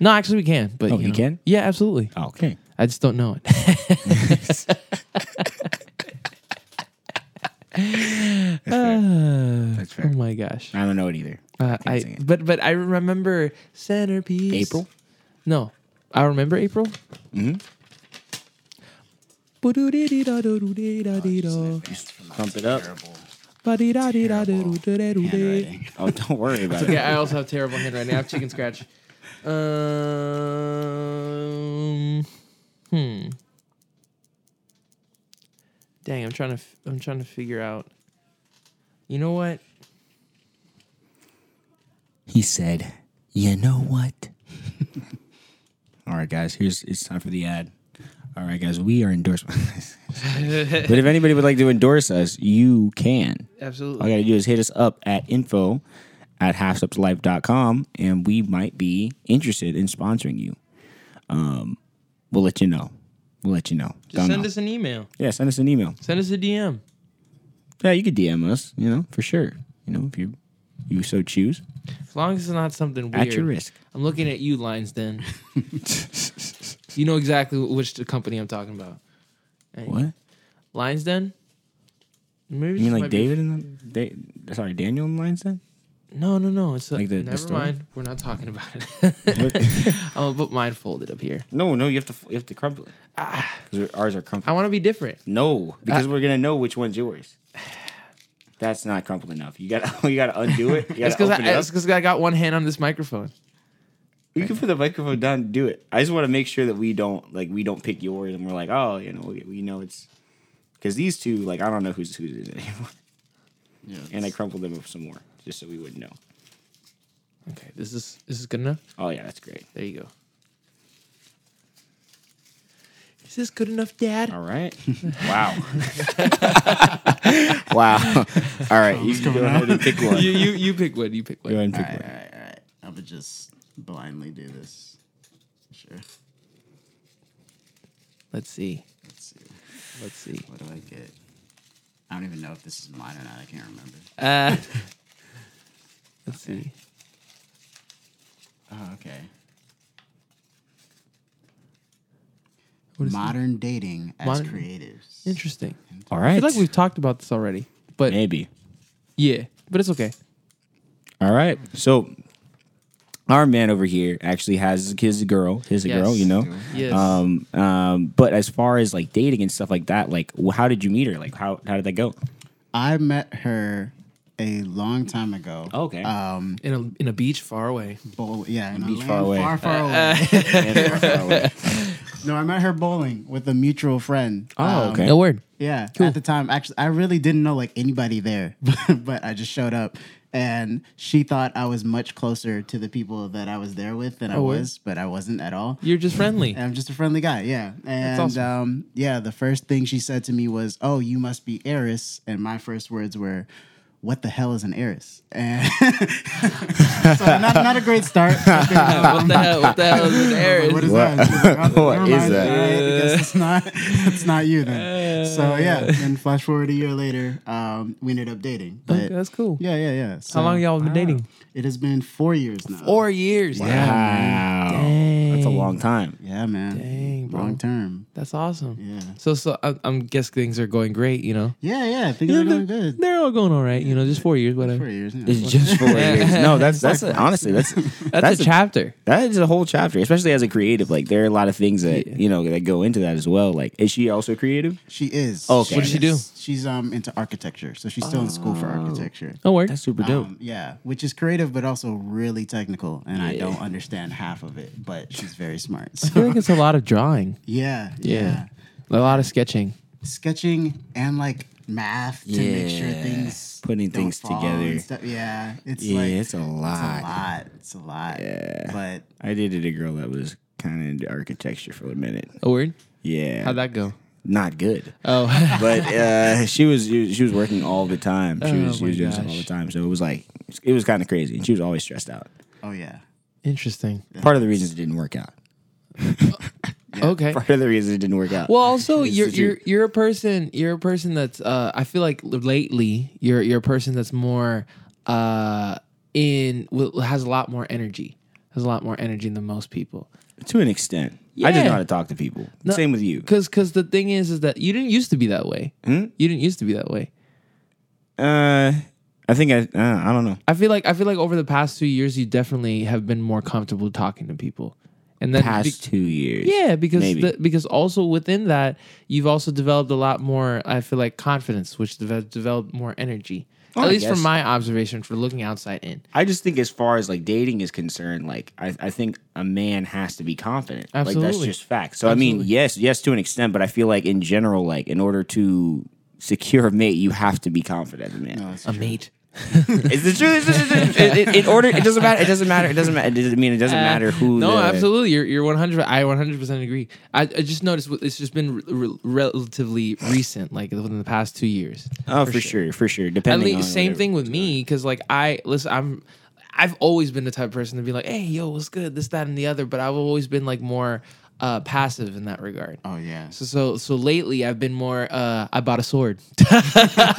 A: No, actually we can. But
C: Ah. Oh,
A: you
C: you
A: know.
C: can?
A: Yeah, absolutely.
C: Oh, okay.
A: I just don't know it.
C: That's fair.
A: That's
C: fair.
A: Oh my gosh.
C: I don't know it either.
A: Uh,
C: can't
A: I
C: sing it.
A: but but I remember centerpiece.
C: April.
A: No, I remember April. Mm-hmm.
C: Crump it up.
B: handwriting.
C: Oh, don't worry about it.
A: Yeah, I also have terrible handwriting. I have chicken scratch. Um, hmm. Dang, I'm trying to. f- I'm trying to figure out. You know what?
C: He said, "You know what?" All right, guys. Here's it's time for the ad. All right, guys. We are endorsed. but if anybody would like to endorse us, you can.
A: Absolutely.
C: All you gotta do is hit us up at info at halfstepslife.com and we might be interested in sponsoring you. Um, we'll let you know. We'll let you know.
A: Just
C: Don't
A: send
C: know.
A: us an email.
C: yeah, send us an email.
A: Send us a DM.
C: Yeah, you could DM us, you know, for sure. You know, if you you so choose.
A: As long as it's not something weird.
C: At your risk.
A: I'm looking at you, Lions Den. you know exactly which company I'm talking about.
C: What?
A: Lions Den? Maybe
C: You mean
A: this
C: like
A: might be-
C: David and the, da- sorry, Daniel and Lions then?
A: No, no, no. It's a,
C: Like the- the
A: never
C: story?
A: mind. We're not talking about it. I'm gonna put mine folded up here.
C: No, no, you have to you have to crumple it. Because ours are crumpled.
A: I want to be different.
C: Ah. No, because we're gonna know which one's yours. That's not crumpled enough. You gotta you gotta undo it. You gotta
A: It's because
C: open it
A: I,
C: up.
A: it's 'cause I got one hand on this microphone.
C: You can put the microphone down and do it. I just want to make sure that we don't like we don't pick yours and we're like, oh, you know, we, we know it's because these two, like, I don't know who's who's it anymore.
B: Yeah,
C: And I crumpled them up some more just so we would know.
A: Okay, this is this is good enough.
C: Oh yeah, that's great.
A: There you go. Is this good enough, Dad?
C: All right. wow. wow. All right, you can go ahead and pick one.
A: you, you you pick one. You pick
C: Go ahead and
A: one.
C: pick
B: All right,
C: one.
B: all right, all right. I would just blindly do this. Sure.
A: Let's see.
B: Let's see.
A: Let's see.
B: What do I get? I don't even know if this is mine or not. I can't remember.
A: Uh, let's see.
B: Oh, okay.
A: What is it?
B: Modern dating as
A: Modern-
B: creatives.
A: Interesting.
C: All
A: I
C: right.
A: feel like we've talked about this already, but
C: Maybe.
A: yeah, but it's okay.
C: All right. So our man over here actually has his girl, his
A: Yes.
C: girl, you know.
A: Yes.
C: Um, um, but as far as like dating and stuff like that, like wh- how did you meet her? Like how how did that go?
B: I met her a long time ago.
C: Okay.
B: Um,
A: In a in a beach far away.
B: bowl, yeah, in a
C: Beach
B: land
C: far away.
B: Far, far away. no, I met her bowling with a mutual friend.
C: oh,
B: Um,
C: okay.
A: No word.
B: Yeah, at the time, actually, I really didn't know like anybody there, but I just showed up and she thought I was much closer to the people that I was there with than I
A: Oh, word.
B: was, but I wasn't at all.
A: You're just friendly.
B: And I'm just a friendly guy, yeah. And
A: awesome.
B: um, yeah, the first thing she said to me was, "Oh, you must be heiress," and my first words were, "What the hell is an heiress?" And so not, not a great start.
A: what the hell? What the hell is an heiress?
B: What is
C: What-
B: that? She's like, "Oh,
C: what
B: never
C: is
B: mind.
C: that?"
B: All right, I guess it's not. It's not you then. so yeah.
A: Uh.
B: And flash forward a year later, um, we ended up dating. But
A: Okay, that's cool.
B: yeah, yeah, yeah. So
A: How long y'all been dating?
B: It has been four years now. Um,
A: Four years. Yeah.
C: Wow. That's a long time.
B: yeah, man.
A: Dang, bro.
B: long term.
A: That's awesome.
B: Yeah.
A: So, so I, I'm guessing things are going great. You know,
B: Yeah, yeah. Things are going good.
A: they're all going all right. You know, just four years, whatever.
B: Four years. Yeah.
C: It's just four years. No, that's that's a, honestly that's
A: That's, a, chapter.
C: That is a whole chapter, especially as a creative. Like there are a lot of things that you know that go into that as well. Like, is she also creative?
B: She is.
C: Okay. What does Oh.
A: she do?
B: is- She's um into architecture, so she's still in school for architecture.
A: No work.
C: super
B: Um, yeah, which is creative, but also really technical, and I don't understand half of it. But she's very smart.
A: I feel
B: So,
A: like it's a lot of drawing.
B: yeah,
A: Yeah.
B: yeah,
A: A lot of sketching.
B: sketching and like math to make sure
C: Yeah.
B: things
C: Putting
B: don't
C: things
B: fall
C: together.
B: and stuff. Yeah, it's
C: yeah,
B: like
C: it's a lot.
B: a lot. It's a lot.
C: Yeah.
B: but
C: I dated a girl that was kind of into architecture for a minute.
A: A word?
C: Yeah,
A: How'd that go?
C: not good.
A: Oh,
C: but uh, she was she was working all the time. She was,
A: Oh
C: she
A: my
C: was doing stuff all
A: gosh.
C: the time. So it was like it was kind of crazy, and she was always stressed out.
B: oh yeah,
A: interesting.
C: Part of the reasons it didn't work out.
A: Okay.
C: Part of the reasons it didn't work out.
A: Well, also you're
C: the truth.
A: you're you're a person you're a person that's uh, I feel like lately you're you're a person that's more uh, in wi- has a lot more energy has a lot more energy than most people.
C: to an extent, I just
A: Yeah.
C: know how to talk to people. Same with you.
A: Cause, 'cause the thing is, is that you didn't used to be that way.
C: Hmm?
A: You didn't used to be that way.
C: Uh, I think I uh, I don't know.
A: I feel like I feel like over the past two years, you definitely have been more comfortable talking to people, and then
C: Past two years.
A: yeah, because
C: maybe.
A: the, because also within that, you've also developed a lot more. I feel like confidence, which deve- developed more energy.
C: Oh,
A: At
C: I
A: least
C: guess.
A: from my observation, for looking outside in.
C: I just think as far as like dating is concerned, like I, I think a man has to be confident. Like that's
A: Absolutely.
C: just fact. So I mean, yes, yes to an extent, but I feel like in general, like in order to secure a mate, you have to be confident as a man.
A: A mate.
C: It's the truth. It's the truth. It- it- in order, it doesn't matter. It doesn't matter. It doesn't matter. It doesn't mean it doesn't matter who.
A: No,
C: the-
A: absolutely. You're you're 100. I 100 percent agree. I, I just noticed w- it's just been re- re- relatively recent, like within the past two years.
C: Oh, for, sure. for sure.
A: At
C: Depending on
A: least same
C: whatever.
A: thing with me, because like I listen, I'm. I've always been the type of person to be like, "Hey, yo, what's good? This, that, and the other." But I've always been like more uh, passive in that regard.
B: oh yeah.
A: So, so so lately I've been more uh I bought a sword.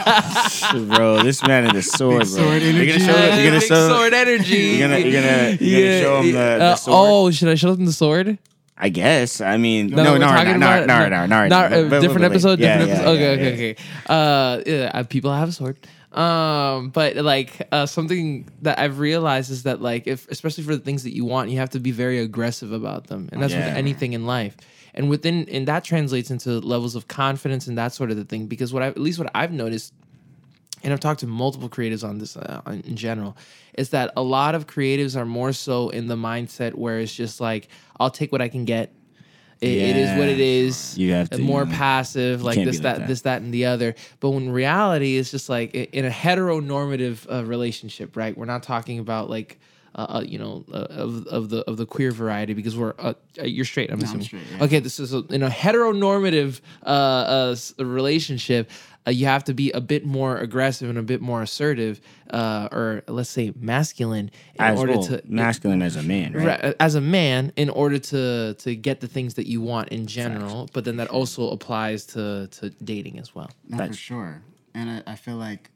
C: bro. This man is a sword, bro.
B: sword
C: you're gonna
B: energy.
C: show. You're gonna
A: Big
C: show.
A: sword energy.
C: You're gonna. You're gonna. You're gonna show him the, the
A: Uh,
C: sword.
A: Oh, should I show them the sword?
C: I guess. I mean, no, no,
A: we're
C: no,
A: talking
C: no, no,
A: about it?
C: no, no, no,
A: Not-
C: no,
A: uh, different episode,
C: Yeah,
A: different
C: yeah,
A: episode. okay,
C: yeah, yeah.
A: okay, okay. Uh, yeah, I- people have a sword. Um, but like uh, something that I've realized is that like if especially for the things that you want, you have to be very aggressive about them, and that's
C: Yeah.
A: with anything in life. And within and that translates into levels of confidence and that sort of the thing. Because what I at least what I've noticed and I've talked to multiple creatives on this uh, on- in general, is that a lot of creatives are more so in the mindset where it's just like, I'll take what I can get. It, it is what it
C: Yeah,
A: is.
C: You have to,
A: more
C: you know,
A: passive, like
C: can't
A: this,
C: be like
A: that,
C: that.
A: this, that, and the other. But when reality is just like i- in a heteronormative uh, relationship, right? We're not talking about like. Uh, uh, you know, uh, of of the of the queer variety because we're uh, uh, you're straight. I'm assuming.
B: straight, yeah.
A: Okay, this is a, in a heteronormative uh, uh, s- relationship. Uh, you have to be a bit more aggressive and a bit more assertive, uh, or let's say masculine, in
C: As
A: order
C: well,
A: to
C: masculine as a man, right?
A: Right, uh, as a man in order to to get the things that you want in general. But then that also applies to to dating as well.
B: No, for sure. And I, I feel like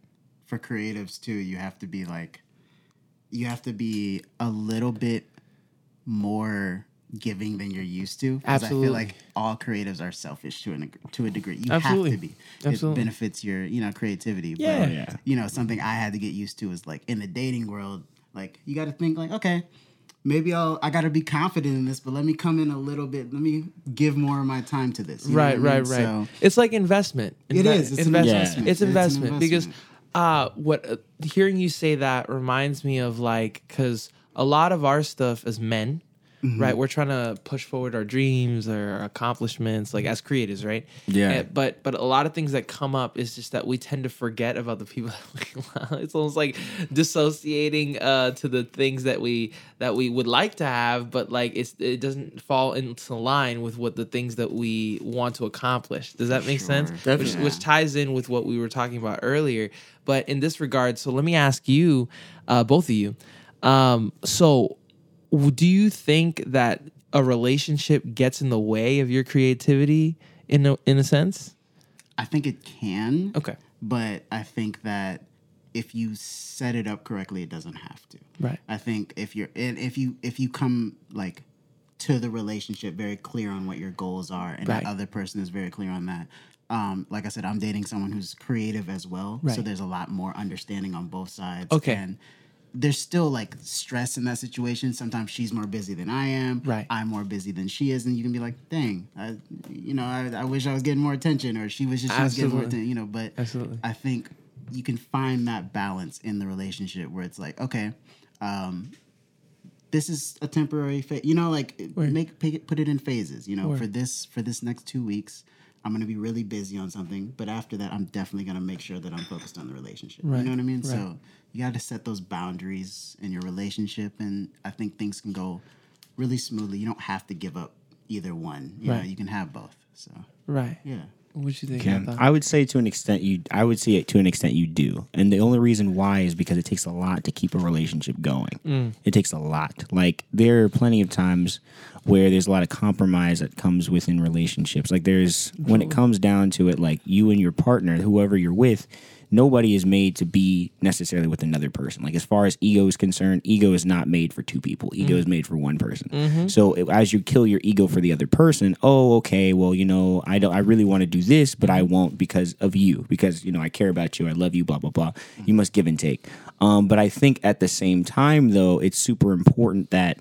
B: for creatives too, you have to be like, you have to be a little bit more giving than you're used to. 'Cause I
A: Absolutely.
B: feel like all creatives are selfish to an ag- to a degree. You
A: Absolutely.
B: have to be.
A: Absolutely.
B: It benefits your you know creativity.
A: Yeah.
B: But,
C: Yeah.
B: You know something I had to get used to is like in the dating world, like you got to think like okay. Maybe I'll I gotta be confident in this, but let me come in a little bit. Let me give more of my time to this. you know
A: right,
B: what I
A: right,
B: mean?
A: right.
B: So-
A: It's like investment.
B: It
A: Inve-
B: is. It's an
A: It's
B: investment. It's an
A: investment because
B: investment.
A: uh, what uh, hearing you say that reminds me of like because a lot of our stuff as men,
B: Mm-hmm.
A: right? We're trying to push forward our dreams or our accomplishments, like as creators, right?
C: Yeah.
A: And- but but a lot of things that come up is just that we tend to forget about the people. that we love. it's almost like dissociating uh, to the things that we that we would like to have, but like it's it doesn't fall into line with what the things that we want to accomplish. Does that make sense? Which,
B: Definitely.
A: which ties in with what we were talking about earlier. But in this regard, so let me ask you, uh, both of you. Um, so w- do you think that a relationship gets in the way of your creativity in a, in a sense?
B: I think it can.
A: Okay.
B: But I think that if you set it up correctly, it doesn't have to.
A: Right.
B: I think if you're and if you if you come like to the relationship very clear on what your goals are and
A: Right.
B: the other person is very clear on that. Um, like I said, I'm dating someone who's creative as well. So
A: Right.
B: there's a lot more understanding on both sides.
A: Okay.
B: And there's still like stress in that situation. Sometimes she's more busy than I am.
A: Right.
B: I'm more busy than she is. And you can be like, dang, I, you know, I, I wish I was getting more attention or she was just, she was getting more
A: Absolutely.
B: attention, you know, but
A: Absolutely.
B: I think you can find that balance in the relationship where it's like, okay, um, this is a temporary phase. You know, like make pick it, put it in phases. You know, for this for this next two weeks, I'm gonna be really busy on something, but after that, I'm definitely gonna make sure that I'm focused on the relationship. You know what I mean? So you got to set those boundaries in your relationship, and I think things can go really smoothly. You don't have to give up either one. You know,
A: Right.
B: you can have both. So
A: Right.
B: yeah.
A: What you think?
C: Can-
A: Anthony?
C: I would say to an extent you I would say it to an extent you do. And the only reason why is because it takes a lot to keep a relationship going. It takes a lot. Like there are plenty of times where there's a lot of compromise that comes within relationships. Like there's when it comes down to it like you and your partner, whoever you're with, nobody is made to be necessarily with another person. Like as far as ego is concerned, ego is not made for two people. Ego is made for one person. So it- as you kill your ego for the other person, oh okay, well you know I don't I really want to do this, but I won't because of you because you know I care about you, I love you, blah blah blah. You must give and take. Um, but I think at the same time though, it's super important that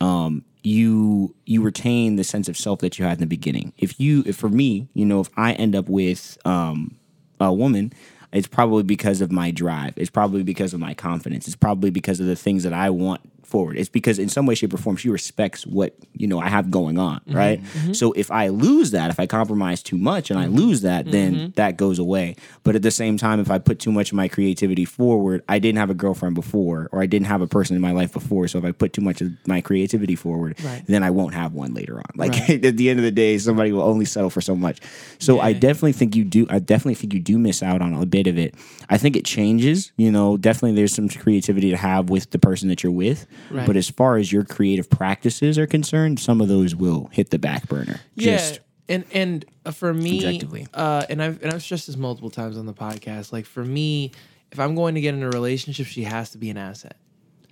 C: um, you you retain the sense of self that you had in the beginning. If you, if for me, you know, if I end up with um, a woman, it's probably because of my drive. It's probably because of my confidence. It's probably because of the things that I want forward. It's because in some way, shape, or form, she respects what you know I have going on, right? So if I lose that, if I compromise too much and I lose that, then that goes away. But at the same time, if I put too much of my creativity forward, I didn't have a girlfriend before, or I didn't have a person in my life before. So if I put too much of my creativity forward,
A: Right.
C: then I won't have one later on. Like at the end of the day, somebody will only settle for so much. So I definitely think you do. I definitely think you do miss out on a bit of it. I think it changes. You know, definitely there's some creativity to have with the person that you're with.
A: Right.
C: But as far as your creative practices are concerned, some of those will hit the back burner. Just
A: and and uh, for me,
C: Subjectively.
A: uh, and I've and I've stressed this multiple times on the podcast. Like for me, if I'm going to get in a relationship, she has to be an asset.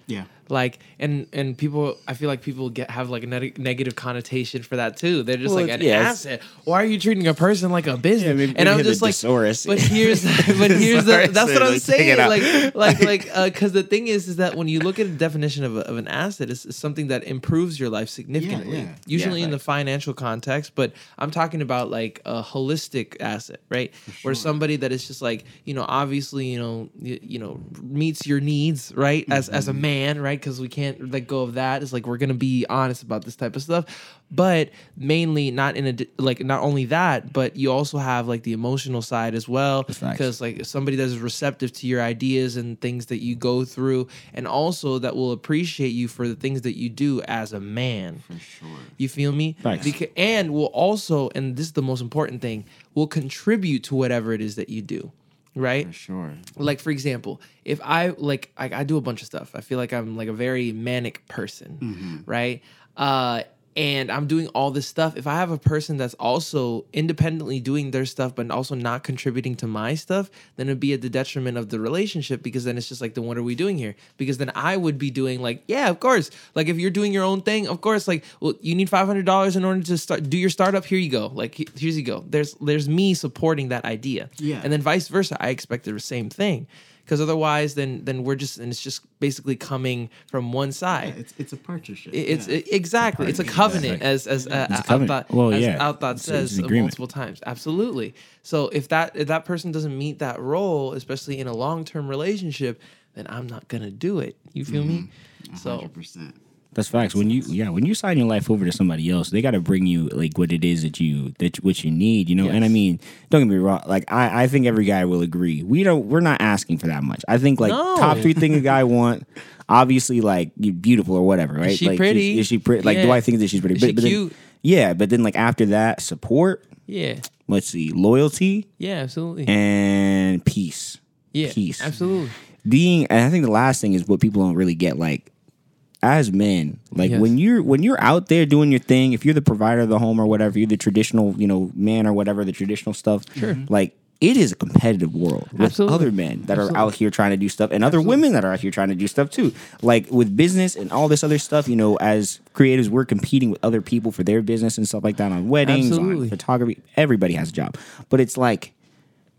B: Yeah.
A: Like and and people, I feel like people get have like a neg- negative connotation for that too. They're just
C: Well,
A: like an
C: yeah, it's-
A: asset. Why are you treating a person like a business?
C: maybe-
A: and
C: maybe
A: I'm
C: hit the
A: just like,
C: thesaurus.
A: but here's but here's the
C: Thesaurus,
A: that's what I'm
C: like, take
A: saying.
C: it out.
A: Like like like uh 'cause because the thing is is that when you look at a definition of, a, of an asset, it's, it's something that improves your life significantly.
B: yeah.
A: Usually
C: Yeah,
A: in the financial context, but I'm talking about like a holistic asset, right? Where somebody that is just like you know, obviously you know you, you know meets your needs, right? As as a man, right? Because we can't let go of that. It's like we're gonna be honest about this type of stuff, but mainly not in a di- like not only that, but you also have like the emotional side as well
C: facts.
A: because like somebody that is receptive to your ideas and things that you go through and also that will appreciate you for the things that you do as a man for sure you feel me
C: Facts.
A: Beca- and will also and this is the most important thing will contribute to whatever it is that you do right
B: Sure.
A: like for example if i like I, I do a bunch of stuff i feel like i'm like a very manic person right uh and i'm doing all this stuff if i have a person that's also independently doing their stuff but also not contributing to my stuff then it'd be at the detriment of the relationship because then it's just like then what are we doing here because then i would be doing like yeah of course like if you're doing your own thing of course like well you need $500 in order to start do your startup here you go like he- here's you go there's there's me supporting that idea
B: Yeah.
A: and then vice versa i expect the same thing because otherwise then then we're just and it's just basically coming from one side
B: It's it's a partnership.
A: It- it's
B: yeah.
A: it- exactly it's a covenant as as uh,
C: a covenant.
A: Outthought,
C: Well,
A: as
C: yeah.
A: Outthought
C: It's- it's
A: says
C: an agreement.
A: multiple times absolutely so if that if that person doesn't meet that role especially in a
C: Mm-hmm.
A: long-term relationship then i'm not gonna do it you feel me so
B: 100%.
C: That's facts. When you yeah, when you sign your life over to somebody else, they got to bring you like what it is that you that what you need, you know. And I mean, don't get me wrong. Like I, I think every guy will agree. We don't. We're not asking for that much. I think like
A: No.
C: top three things a guy want. Obviously, like you beautiful or whatever, right?
A: she
C: like, is-
A: pretty?
C: Is, she pretty? Like, do
A: Yeah.
C: I think that she's pretty?
A: Is she
C: then-
A: cute?
C: yeah, but then like after that, support.
A: Yeah.
C: Let's see, loyalty
A: Yeah, absolutely.
C: and peace.
A: yeah.
C: peace.
A: Absolutely.
C: being and i think the last thing is what people don't really get like as men like
A: Yes.
C: when you're when you're out there doing your thing if you're the provider of the home or whatever you're the traditional you know man or whatever the traditional stuff sure. like it is a competitive world with
A: Absolutely.
C: other men that
A: Absolutely.
C: are out here trying to do stuff and other women that are out here trying to do stuff too like with business and all this other stuff you know as creatives we're competing with other people for their business and stuff like that on weddings
A: Absolutely.
C: on photography everybody has a job but it's like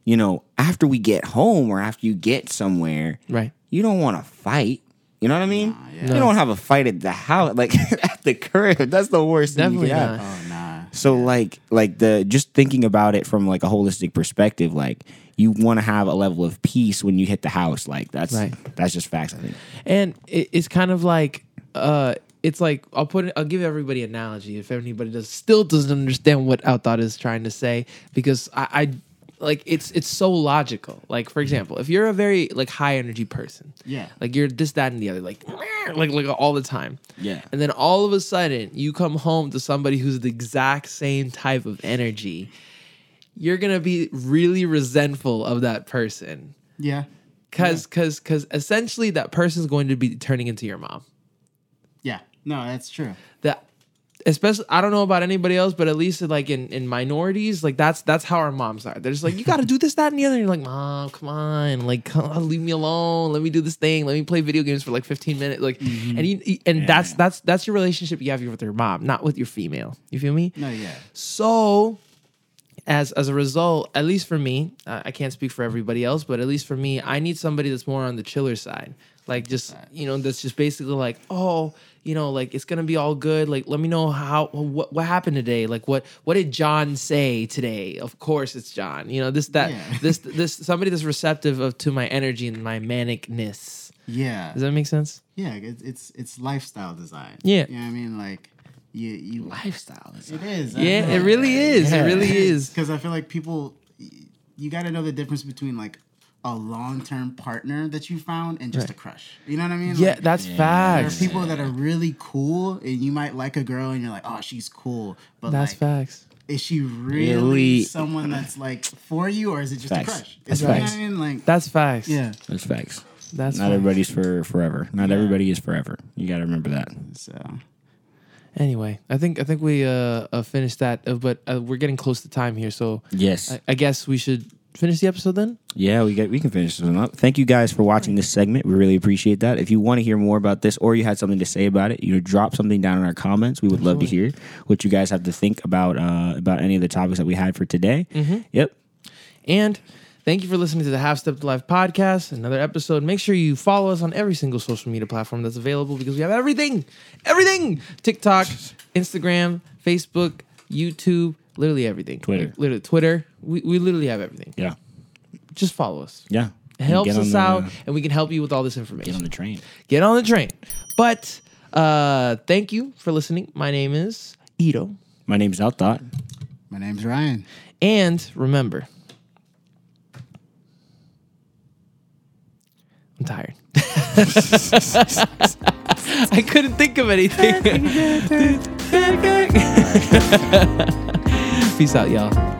C: you know, after we get home or after you get somewhere,
A: Right.
C: You don't want to fight. You know what I mean?
A: No.
C: You don't have a fight at the house, like at the crib. That's the worst. thing you
A: Definitely
C: can have.
A: not.
B: Oh nah.
C: So like like the just thinking about it from like a holistic perspective, like you want to have a level of peace when you hit the house. Like that's
A: Right.
C: that's just facts. I think.
A: and it, it's kind of like uh it's like i'll put it i'll give everybody an analogy if anybody does still doesn't understand what out thought is trying to say because i i like it's it's so logical like for example if you're a very like high energy person
B: Yeah.
A: like you're this that and the other like like like all the time
C: Yeah.
A: and then all of a sudden you come home to somebody who's the exact same type of energy you're gonna be really resentful of that person
B: Yeah.
A: Cause, cause, cause, essentially, that person's going to be turning into your mom.
B: Yeah. No, that's true.
A: That, especially, I don't know about anybody else, but at least like in in minorities, like that's that's how our moms are. They're just like, you got to do this, that, and the other. And you're like, mom, come on, like, come on, leave me alone. Let me do this thing. Let me play video games for like 15 minutes. Like, and you, and that's that's that's your relationship you have with your mom, not with your female. You feel me?
B: No, yeah.
A: So, as as a result, at least for me, uh, I can't speak for everybody else, but at least for me, I need somebody that's more on the chiller side. Like just you know, that's just basically like, oh, you know, like it's gonna be all good. Like, let me know how what what happened today. Like, what what did John say today? Of course, it's John. You know, this that
B: Yeah.
A: this this somebody that's receptive of to my energy and my manicness.
B: Yeah.
A: Does that make sense?
B: Yeah, it's it's it's lifestyle design.
A: Yeah.
B: You know what I mean? Like you you
C: Lifestyle is
B: It is.
A: Yeah, it really is. It really is.
B: Because I feel like people, y- you got to know the difference between like a long term partner that you found and just a crush. You know what I mean?
A: Yeah,
B: Like,
A: that's
B: there are
A: facts.
B: people that are really cool, and you might like a girl, and you're like, "Oh, she's cool," but
A: That's
B: like,
A: facts.
B: is she really,
C: Really?
B: someone that's like for you, or is it just
C: Facts.
B: a crush?
C: That's
B: Is- you know
C: facts.
B: what I mean? Like,
A: That's facts.
B: yeah.
C: that's facts.
A: That's
C: Not
A: facts.
C: everybody's for forever. Not everybody is forever. You got to remember that.
B: So
A: Anyway, I think I think we uh, uh finished that, uh, but uh, we're getting close to time here, so
C: Yes.
A: I, I guess we should finish the episode then.
C: Yeah, we get we can finish this one up. Thank you guys for watching this segment. We really appreciate that. If you want to hear more about this or you had something to say about it, you know, drop something down in our comments. We would love to hear what you guys have to think about uh, about any of the topics that we had for today.
A: Mm-hmm.
C: Yep.
A: And thank you for listening to the Half Step to Life podcast, another episode. Make sure you follow us on every single social media platform that's available because we have everything, everything: TikTok, Instagram, Facebook, YouTube, literally everything.
C: Twitter.
A: Like, literally Twitter. We we literally have everything.
C: Yeah.
A: Just follow us.
C: Yeah.
A: It helps
C: Get on
A: us
C: the-
A: out, and we can help you with all this
C: Get
A: information.
C: on the train.
A: get on the train. But uh thank you for listening. My name is Ito.
C: My name's Outthought.
B: my name's Ryan.
A: And remember, I'm tired. I couldn't think of anything. Peace out, y'all.